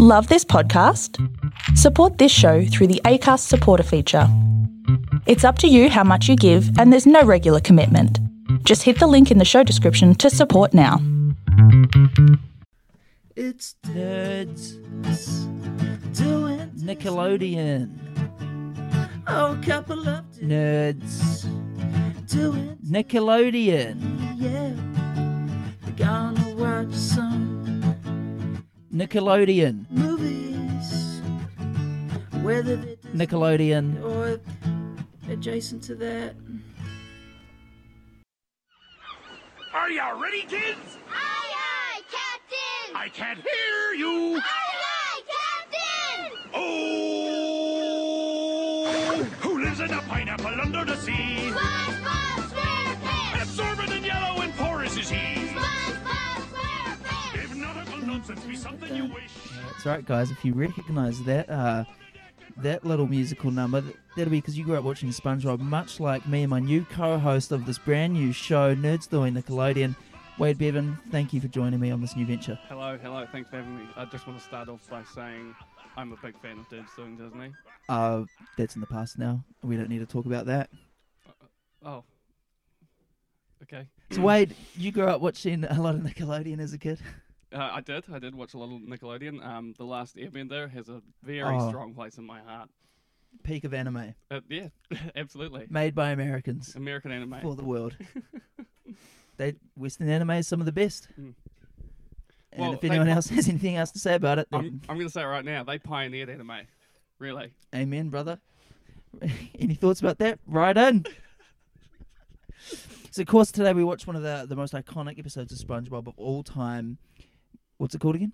Love this podcast? Support this show through the ACAST supporter feature. It's up to you how much you give, and there's no regular commitment. Just hit the link in the show description to support now. It's nerds doing Nickelodeon. Oh, couple of nerds doing Nickelodeon. Yeah, we're gonna watch some Nickelodeon. movies, whether they're Disney Nickelodeon. or adjacent to that. Are you ready, kids? Aye, aye, Captain! I can't hear you. Aye, aye, Captain! Oh! Who lives in a pineapple under the sea? SpongeBob SquarePants! Absorbent and yellow and porous is he. SpongeBob SquarePants! If nautical nonsense be something you wish. That's right, guys. If you recognise that uh, that little musical number, th- that'll be because you grew up watching SpongeBob, much like me and my new co-host of this brand new show, Nerds Doing Nickelodeon, Wade Bevan. Thank you for joining me on this new venture. Hello, hello, thanks for having me. I just want to start off by saying I'm a big fan of Dudes Doing Disney. Uh, that's in the past now. We don't need to talk about that. Oh. Okay. So Wade, you grew up watching a lot of Nickelodeon as a kid. Uh, I did, I did watch a little Nickelodeon. Um, The Last Airbender has a very Oh. strong place in my heart. Peak of anime, Uh, yeah, absolutely. made by Americans American anime. for the world. they Western anime is some of the best. Mm. And Well, if they- anyone else has anything else to say about it, I'm, then I'm going to say it right now, they pioneered anime. Really. amen, brother. Any thoughts about that? Right in. so, of course, today we watched one of the, the most iconic episodes of SpongeBob of all time. What's it called again?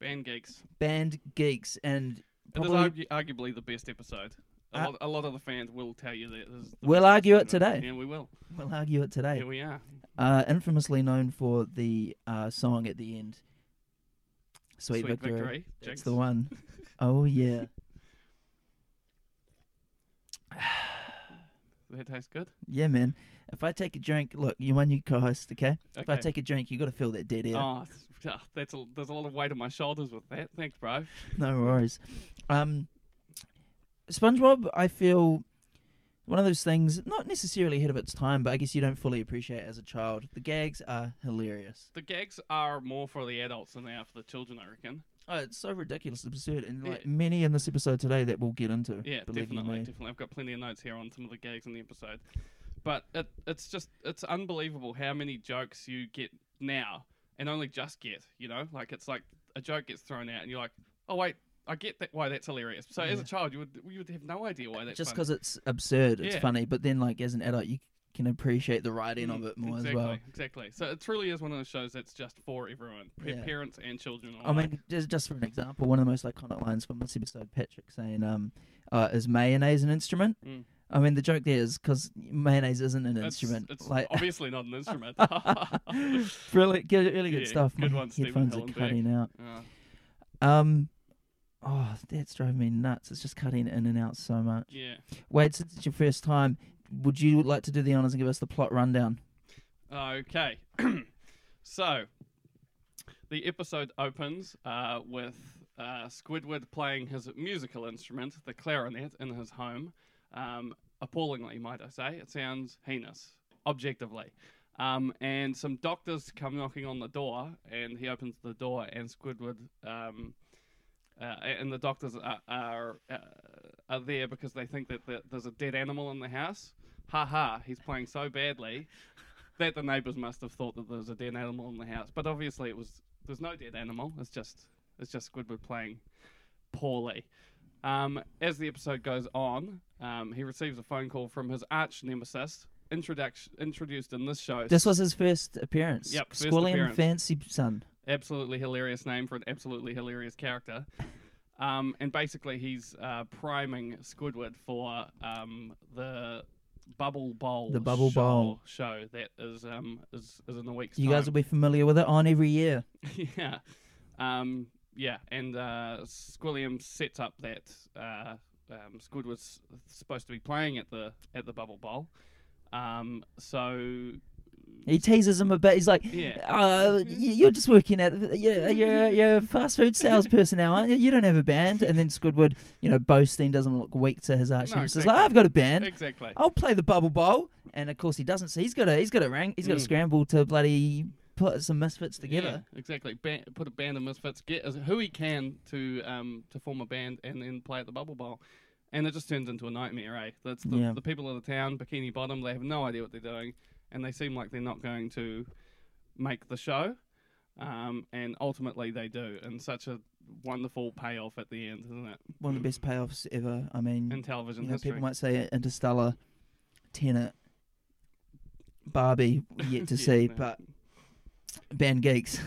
Band Geeks. Band Geeks. And It is probably- argu- arguably the best episode. A, Uh, lot, a lot of the fans will tell you that. This is the We'll best argue it episode. today. Yeah, we will. we'll argue it today. Here we are. uh, infamously known for the uh, song at the end, "Sweet, Sweet Victory." Victory, That's Jinx. the one. Oh yeah, That tastes good. yeah, man. If I take a drink, look, you're my new co-host, okay? If I Okay. take a drink, you got to feel that dead air. Oh, that's- that's a, there's a lot of weight on my shoulders with that. Thanks, bro. No worries. Um, SpongeBob, I feel one of those things, not necessarily ahead of its time, but I guess you don't fully appreciate as a child. The gags are hilarious. The gags are more for the adults than they are for the children, I reckon. Oh, it's so ridiculous, and absurd, and Yeah. like many in this episode today that we'll get into. Yeah, believe you definitely, me. definitely. I've got plenty of notes here on some of the gags in the episode, but it, it's just it's unbelievable how many jokes you get now and only just get. You know, like it's like a joke gets thrown out and you're like, oh wait, I get that why that's hilarious. So as a child, you would you would have no idea why that's just funny. because it's absurd, it's Yeah. funny. But then, like as an adult, you can appreciate the writing of Mm, it more exactly, as well. Exactly. So it truly is one of those shows that's just for everyone, pa- Yeah. parents and children. I alike. mean, just, just for an example, one of the most iconic lines from this episode, Patrick saying, um, uh, "Is mayonnaise an instrument?" Mm. I mean, the joke there is because mayonnaise isn't an It's- instrument. It's like, obviously not an instrument. Uh, brilliant, good, really good Yeah, stuff. good My one, Stephen headphones are Hillenbeck. cutting out. Uh, Um, oh, that's driving me nuts. It's just cutting in and out so much. yeah. Wade, since it's your first time, would you like to do the honors and give us the plot rundown? Okay. so, the episode opens uh, with uh, Squidward playing his musical instrument, the clarinet, in his home. Um, appallingly, might I say. It sounds heinous, objectively. Um, and some doctors come knocking on the door, and he opens the door, and Squidward. Um, uh, and the doctors are are, uh, are there because they think that that there's a dead animal in the house. Ha ha! He's playing so badly that the neighbours must have thought that there was a dead animal in the house, but obviously it was. There's no dead animal. It's just it's just Squidward playing poorly. Um, as the episode goes on, um, he receives a phone call from his arch nemesis, introduction introduced in this show. This was his first appearance. Yep, first Squilliam appearance. Fancy Son. absolutely hilarious name for an absolutely hilarious character. Um, and basically, he's uh, priming Squidward for um, the Bubble Bowl. The Bubble show, Bowl. show that is um, is, is in the week's You time. guys will be familiar with it on every year. yeah. Um, yeah, and uh, Squilliam sets up that uh, um, Squidward's supposed to be playing at the at the Bubble Bowl. Um, so He teases him a bit. He's like, Yeah. uh, y- "You're just working at you're, you're, you're a fast food salesperson now, aren't you? You don't have a band." And then Squidward, you know, boasting doesn't look weak to his arch No, nemesis. exactly. Like, "I've got a band. Exactly. I'll play the bubble bowl." And of course, he doesn't. So he's got to he's got to rank. He's got to Mm. scramble to bloody put some misfits together. Yeah, exactly. Ban- put a band of misfits. Get as- who he can to um to form a band and then play at the Bubble Bowl, and it just turns into a nightmare. Eh? That's the, Yeah. the people of the town, Bikini Bottom. They have no idea what they're doing, and they seem like they're not going to make the show. Um, and ultimately they do, and such a wonderful payoff at the end, isn't it? One of the best payoffs ever. I mean, In television you know, history. Mm. people might say Interstellar, Tenet, Barbie, yet to Yeah, see, no. but Band Geeks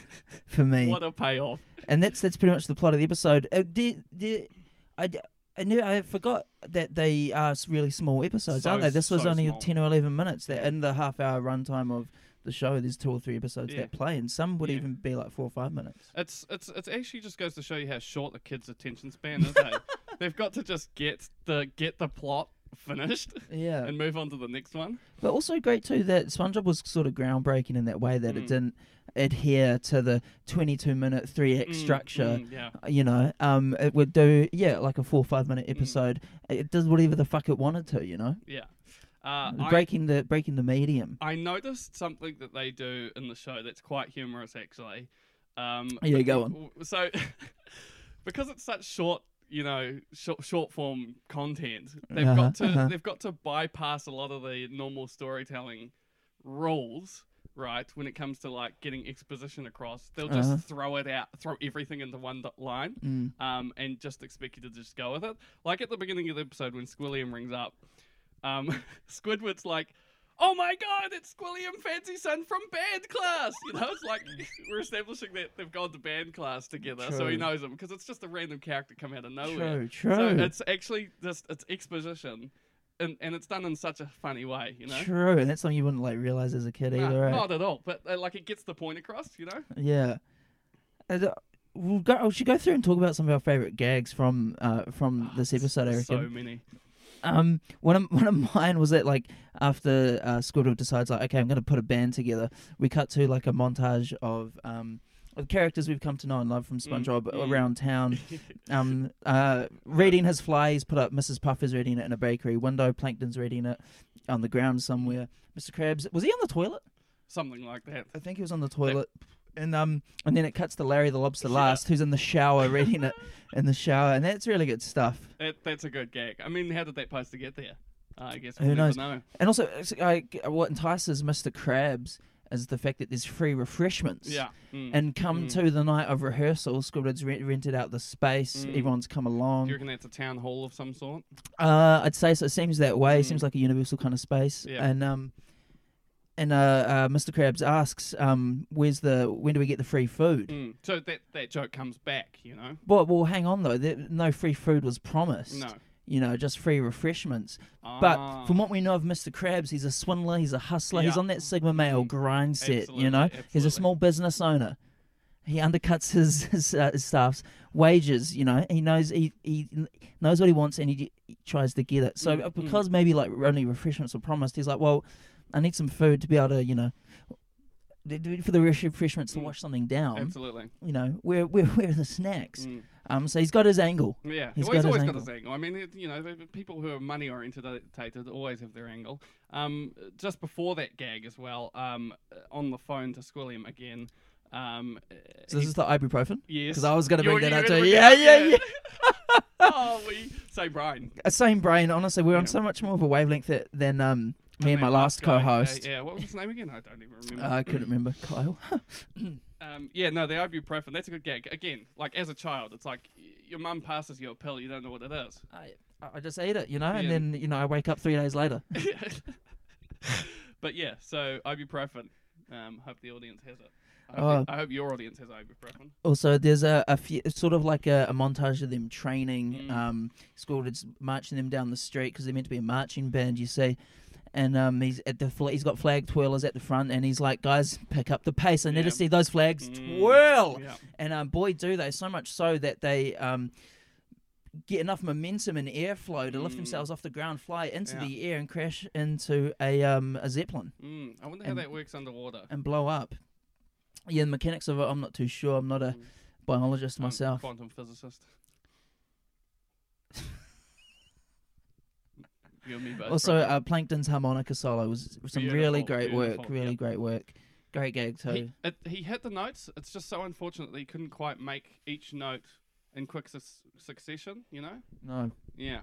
for me. what a payoff! and that's that's pretty much the plot of the episode. Uh, the, the, I, d- I knew I forgot that they are s- really small episodes, So- aren't they? This was so only small. ten or eleven minutes. That in the half hour runtime of the show, there's two or three episodes Yeah. that play, and some would Yeah. even be like four or five minutes. It's it's it's actually just goes to show you how short the kids' attention span is. eh? They've got to just get the get the plot finished. Yeah, and move on to the next one. But also great too that SpongeBob was sort of groundbreaking in that way that it Mm. didn't adhere to the 22 minute 3 act structure. Mm, yeah. You know, um, it would do yeah like a four or five minute Mm. episode. It does whatever the fuck it wanted to. You know, Yeah. Uh, I, breaking the breaking the medium. I noticed something that they do in the show that's quite humorous, actually. Um, Yeah, but- go on. w- So, because it's such short, you know, short, short form content, they've Uh-huh, got to uh-huh. they've got to bypass a lot of the normal storytelling rules. Right, when it comes to like getting exposition across, they'll just Uh-huh. throw it out, throw everything into one d- line, Mm. um, and just expect you to just go with it. Like at the beginning of the episode when Squilliam rings up, um, Squidward's like, "Oh my god, it's Squilliam Fancy Son from band class." You know, it's like we're establishing that they've gone to band class together, so he True. knows him because it's just a random character come out of True, nowhere. true, Oh, So it's actually just it's exposition, and and it's done in such a funny way, you know. true, and that's something you wouldn't like realize as a kid Nah, either. Right? Not at all, but uh, like it gets the point across, you know. Yeah. And, uh, We'll go, we should go through and talk about some of our favorite gags from uh, from this episode. I reckon. Oh, so many. Um, one of one of mine was that like after uh, Squidward decides like, okay, I'm gonna put a band together. We cut to like a montage of um of characters we've come to know and love from SpongeBob mm. around town. um, uh, reading his flies put up. Mrs. Puff is reading it in a bakery window. Plankton's reading it on the ground somewhere. Mr. Krabs was he on the toilet? Something like that. I think he was on the toilet. And um, and then it cuts to Larry the Lobster last, who's in the shower reading it in the shower, and that's really good stuff. That, that's a good gag. I mean, how did that poster get there? Uh, I guess Who we'll never knows? know. And also, it's, I, what entices Mr. Krabs is the fact that there's free refreshments. Yeah. Mm. And come to the night of rehearsal, Squidward's re- rented out the space. Mm. Everyone's come Do you along. reckon that's a town hall of some sort? Uh, I'd say so. It seems that way. Mm. Seems like a universal kind of space. Yeah. And um, and uh, uh, Mr. Krabs asks, um, "Where's the? When do we get the free food?" Mm. So that that joke comes back, you know. Well, well, hang on though. There, no free food was promised. No. You know, just free refreshments. Ah, But from what we know of Mr. Krabs, he's a swindler, he's a hustler, he's Yeah. on that Sigma male grind set, you Absolutely, know? He's absolutely. a small business owner. He undercuts his his, uh, his staff's wages, you know. He knows he, he knows what he wants and he, he tries to get it. So Mm, uh, mm. because maybe like only refreshments were promised, he's like, well, I need some food to be able to, you know, d- d- for the refreshments to Mm. wash something down. absolutely, You know, where where where are the snacks? Mm. Um, so he's got his angle. yeah. He's well, he's got his always got angle. his angle. I mean, it, you know, the- the people who are money orientated always have their angle. Um, just before that gag as well, um, on the phone to Squilliam again. Um, So this is the ibuprofen. yes, 'cause I was gonna You- bring that you up too. were gonna bring Yeah, it up, yeah, oh, we say Brian. Uh, same brain. Honestly, we're on Yeah. so much more of a wavelength that, than um, me and my that last guy, yeah, co-host. Yeah, what was his name again? I don't even remember. Uh, I couldn't remember Kyle. Um, yeah, no, the ibuprofen. That's a good gag. Again, like as a child, it's like y- your mum passes you a pill, you don't know what it is. I, I just ate it, you know, and Yeah. then you know I wake up three days later. but yeah, so ibuprofen. Um, hope the audience has it. I Oh. hope, the- I hope your audience has ibuprofen. Also, there's a, a few, it's sort of like a, a montage of them training. Mm. Um, school is marching them down the street because they're meant to be a marching band, you see. And um, he's at the fl- he's got flag twirlers at the front, and he's like, "Guys, pick up the pace. I need Yeah. to see those flags Mm, twirl." yeah. And um, boy, do they so much so that they um, get enough momentum and airflow to lift Mm. themselves off the ground, fly into Yeah. the air, and crash into a um, a zeppelin Mm, I wonder how And- that works underwater. and blow up. Yeah, the mechanics of it, I'm not too sure. I'm not a Mm. biologist I'm a myself. Um, quantum physicist. you and me both. also, bro. uh, Plankton's harmonica solo was some really Beautiful, great work. beautiful, Really yep. great work. Great gag too. he, it, he hit the notes. It's just so unfortunate that he couldn't quite make each note in quick sus- succession. You know? No, Yeah,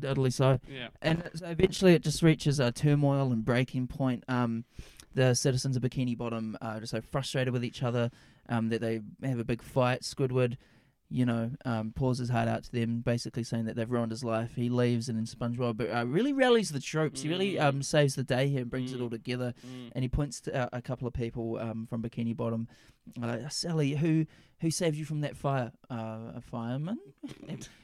totally so. yeah. And it's- eventually, it just reaches a turmoil and breaking point. Um, the citizens of Bikini Bottom are just so frustrated with each other um, that they have a big fight. Squidward, you know, um, pours his heart out to them, basically saying that they've ruined his life. He leaves, and then SpongeBob uh, really rallies the troops. He really Mm. um, saves the day here and brings it Mm. all together. Mm. And he points to uh, a couple of people um, from Bikini Bottom, uh, Sally, who who saved you from that fire, uh, a fireman,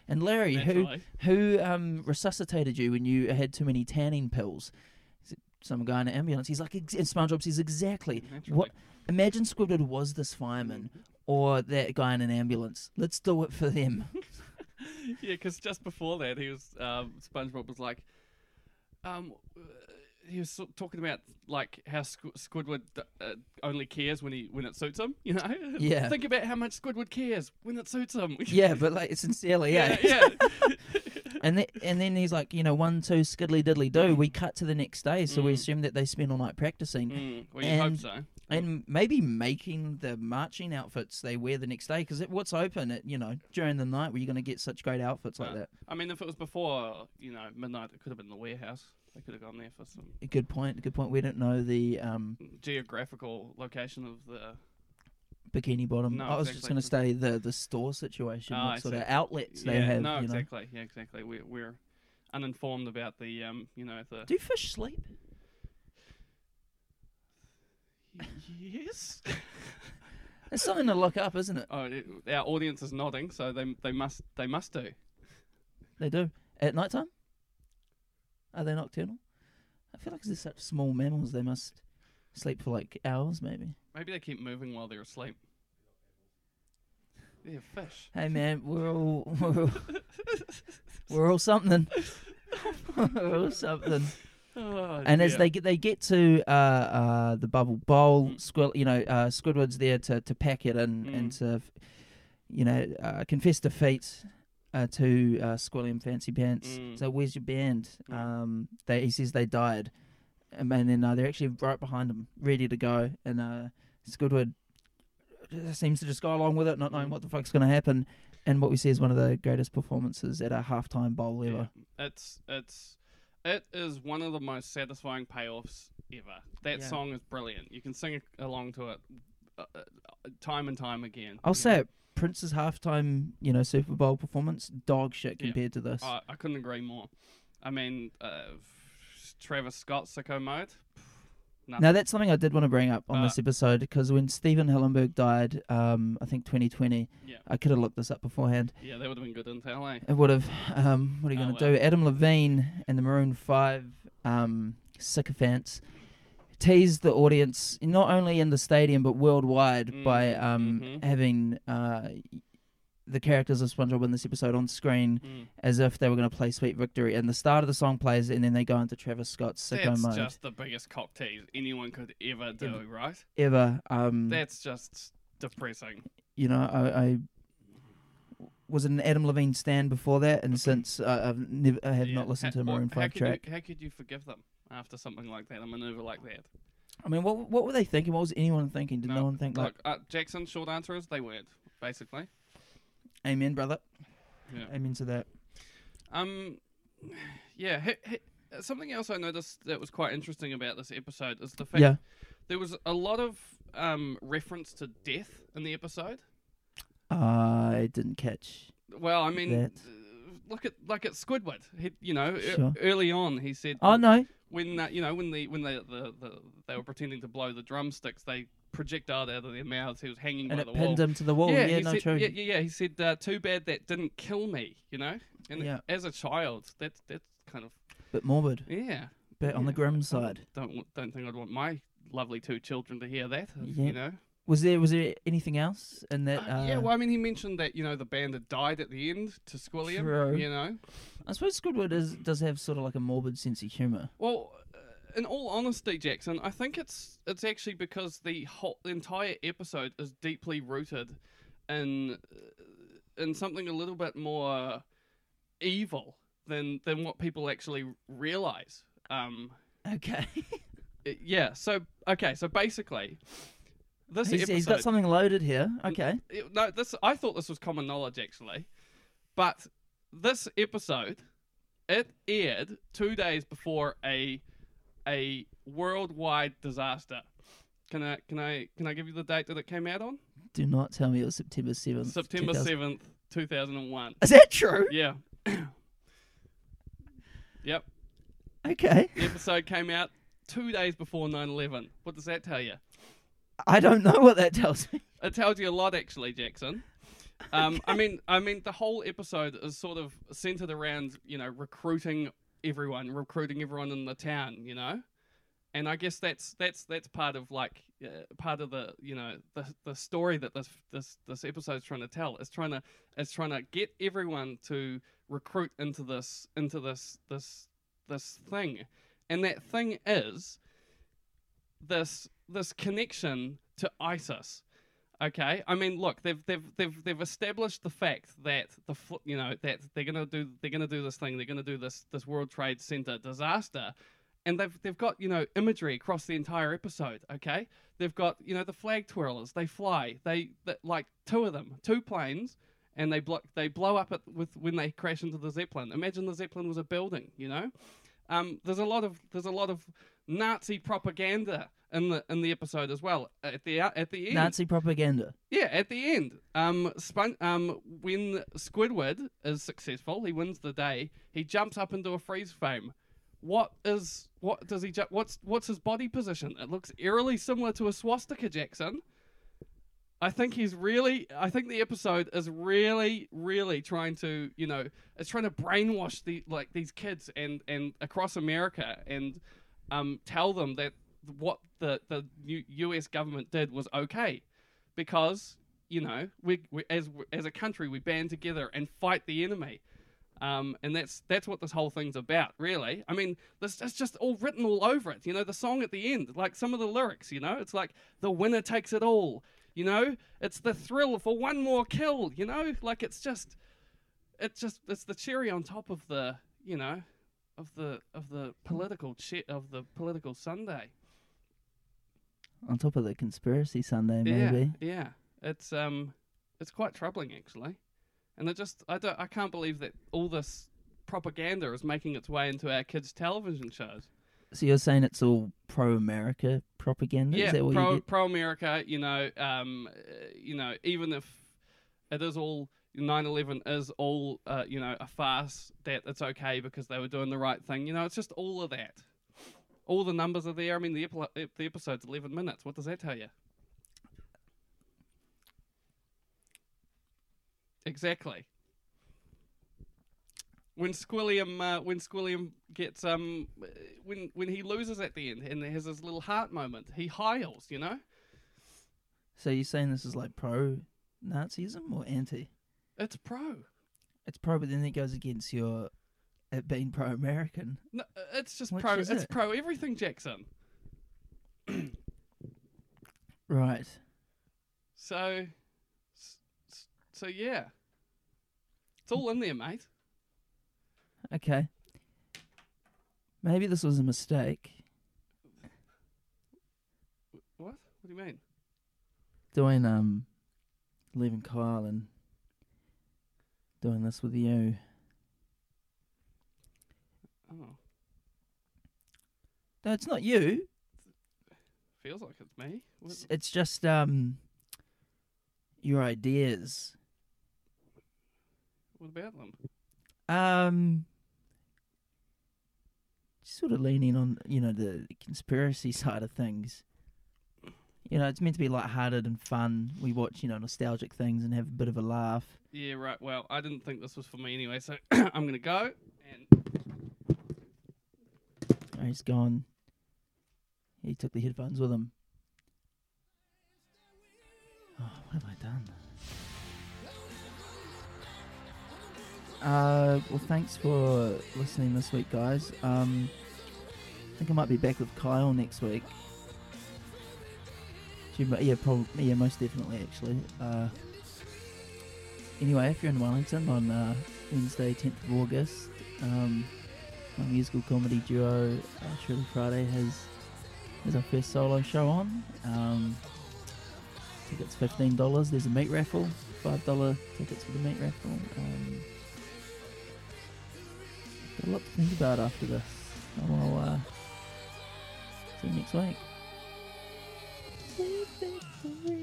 and Larry, who Naturally. who um, resuscitated you when you had too many tanning pills? Is it some guy in an ambulance. He's like, ex- and SpongeBob says, exactly. What? Naturally. Imagine Squidward was this fireman or that guy in an ambulance. Let's do it for them. Yeah, because just before that, he was um, SpongeBob was like, um, uh, he was sort of talking about like how Squ- Squidward uh, only cares when he when it suits him. You know? Yeah. Think about how much Squidward cares when it suits him. yeah, but like sincerely, yeah. yeah. and then and then he's like, you know, one, two, skiddly diddly do. We cut to the next day, so we assume that they spent all night practicing. Mm, well, you And- hope so. and maybe making the marching outfits they wear the next day because what's open at you know during the night where you're going to get such great outfits like Uh, that I mean, if it was before, you know, midnight, it could have been the warehouse. They could have gone there for some good point good point we don't know the um geographical location of the. bikini bottom No, i was just exactly. going to say the the store situation Ah, I what sort of see. outlets they yeah, have no, you know exactly. Yeah, exactly. We're, we're uninformed about the, um, you know, the. do fish sleep yes. it's something to look up isn't it oh, it, our audience is nodding, so they they must they must do. they do at night time are they nocturnal i feel like 'cause they're such small mammals they must sleep for like hours maybe Maybe they keep moving while they're asleep. Yeah, fish. hey man we're all we're all, we're all something we're all something Oh, And as dear. they get they get to uh, uh, the bubble bowl, Squid, you know, uh, Squidward's there to, to pack it and and to, you know, uh, confess defeat uh, to uh, Squilly and Fancy Pants. Mm. So where's your band? Um, they he says they died, um, and then uh, they're actually right behind him, ready to go. And uh, Squidward seems to just go along with it, not knowing what the fuck's going to happen. And what we see is one of the greatest performances at a halftime bowl ever. Yeah. It's it's it is one of the most satisfying payoffs ever. That Yeah. song is brilliant. You can sing a- along to it uh, uh, time and time again. I'll you say know. it. Prince's halftime, you know, Super Bowl performance, dog shit Yeah. Uh, compared to this. I, I couldn't agree more. I mean, uh, Travis Scott Sicko Mode. pff, Nothing. now that's something I did want to bring up on Uh, this episode because when Steven Hillenberg died, um, I think 2020, Yeah. I could have looked this up beforehand. yeah, that would have been good intel, eh? It would have. Um, what are you Oh, going to well. do? Adam Levine and the Maroon Five um, sycophants teased the audience not only in the stadium but worldwide Mm, by um, mhm. having uh, the characters of SpongeBob in this episode on screen Mm. as if they were going to play Sweet Victory. And the start of the song plays, and then they go into Travis Scott's sicko That's mode just the biggest cock tease anyone could ever do, right? ever. Um, That's just depressing. you know, I, I was an Adam Levine stand before that, and since uh, I've never, I have Yeah. not listened to Ha- a or Maroon how Five could track. You, how could you forgive them after something like that, a maneuver like that? I mean, what what were they thinking? What was anyone thinking? Did no, one think like, Look, uh, Jackson, short answer is they weren't, basically. "Amen, brother"? Yeah. Amen to that. Um, yeah. He, he, something else I noticed that was quite interesting about this episode is the fact Yeah. there was a lot of um, reference to death in the episode. I didn't catch. Well, I mean, That. uh, look at like at Squidward. He, you know, e- Sure. early on he said, Oh no, when uh, you know when the when they the, the they were pretending to blow the drumsticks, they projectiled out of their mouths. He was hanging and by it the wall. pinned him to the wall. Yeah, he no, said, true. Yeah, yeah, yeah. He said, uh, "Too bad that didn't kill me." You know, and Yeah. as a child, that's that's kind of Bit morbid, yeah. bit on the Yeah. grim side. Don't wa- don't think I'd want my lovely two children to hear that. uh, Yeah. You know, Was there was there anything else in that? Uh, yeah, well, I mean, he mentioned that you know the band had died at the end to Squilliam. True. You know, I suppose Squidward is, does have sort of like a morbid sense of humour. well, uh, in all honesty, Jackson, I think it's it's actually because the whole the entire episode is deeply rooted in uh, in something a little bit more evil than than what people actually realize. Um, Okay, it- yeah. So okay. So basically, this he's, episode he's got something loaded here. Okay, it- no, this I thought this was common knowledge actually, but this episode it aired two days before a a worldwide disaster. Can I can I can I give you the date that it came out on? do not tell me it was September seventh. September seventh, two thousand and one. Is that true? Yeah. yep. Okay, The episode came out two days before 9-11. What does that tell you? I don't know what that tells me. It tells you a lot, actually, Jackson. Um, I mean, I mean, the whole episode is sort of centered around you know recruiting everyone, recruiting everyone in the town, you know, and I guess that's that's that's part of like uh, part of the you know the the story that this this this episode's trying to tell. It's trying to it's trying to get everyone to recruit into this into this this this thing, and that thing is this this connection to ISIS. Okay, I mean, look, they've they've they've they've established the fact that the fl- you know that they're gonna do they're gonna do this thing, they're gonna do this this World Trade Center disaster, and they've they've got you know imagery across the entire episode. Okay, they've got you know the flag twirlers, they fly, they th- like two of them, two planes, and they block they blow up it with when they crash into the zeppelin. Imagine the zeppelin was a building, you know. Um, there's a lot of there's a lot of Nazi propaganda in the in the episode as well. At the at the end, Nazi propaganda. yeah, at the end, um, Spon- um, when Squidward is successful, he wins the day. He jumps up into a freeze frame. What is what does he? Ju- what's what's his body position? It looks eerily similar to a swastika, Jackson. I think he's really. I think the episode is really, really trying to, you know, it's trying to brainwash the like these kids and and across America and um, tell them that what the the U- U.S. government did was okay, because you know we, we as as a country we band together and fight the enemy. Um, and that's that's what this whole thing's about, really. I mean, this it's just all written all over it. You know, the song at the end, like some of the lyrics. You know, it's like the winner takes it all. You know, it's the thrill for one more kill. You know, like it's just, it's just it's the cherry on top of the you know, of the of the political che- of the political Sunday. On top of the conspiracy Sunday, maybe. Yeah, yeah. It's um, it's quite troubling actually, and I just I don't I can't believe that all this propaganda is making its way into our kids' television shows. So you're saying it's all pro-America propaganda? yeah, Is that what pro you get? pro America. You know, um, uh, you know, even if it is all 9/11 is all uh, you know a farce that it's okay because they were doing the right thing. You know, it's just all of that. All the numbers are there. I mean, the epi- ep- the episode's 11 minutes. What does that tell you? Exactly. When Squilliam, uh, when Squilliam gets um, uh, when when he loses at the end and has his little heart moment, he hiles, you know. So you're saying this is like pro-Nazism or anti? It's pro. It's pro, but then it goes against your it being pro-American. No, uh, it's just Which pro. is It's it? pro everything, Jackson. Right. So, s- s- so yeah, it's all in there, mate. Okay. Maybe this was a mistake. What? What do you mean? Doing um, leaving Kyle and doing this with you. Oh, No, it's not you. feels like it's me. What- It's, it's just um, your ideas. what about them? Um, sort of leaning on you know the conspiracy side of things. You know, it's meant to be lighthearted and fun. We watch you know nostalgic things and have a bit of a laugh. Yeah, right. Well, I didn't think this was for me anyway, so I'm gonna go. And Oh, he's gone. He took the headphones with him. Oh, what have I done? Uh, well, thanks for listening this week, guys. Um, I think I might be back with Kyle next week. Do you- Yeah, probably. Yeah, most definitely, actually. Uh, anyway, if you're in Wellington on uh, Wednesday, 10th of August, um, my musical comedy duo, uh, Shirley Friday, has has our first solo show on. Um, tickets fifteen dollars. There's a meat raffle, five dollar tickets for the meat raffle. Um, got a lot to think about after this. I will uh, see you next week.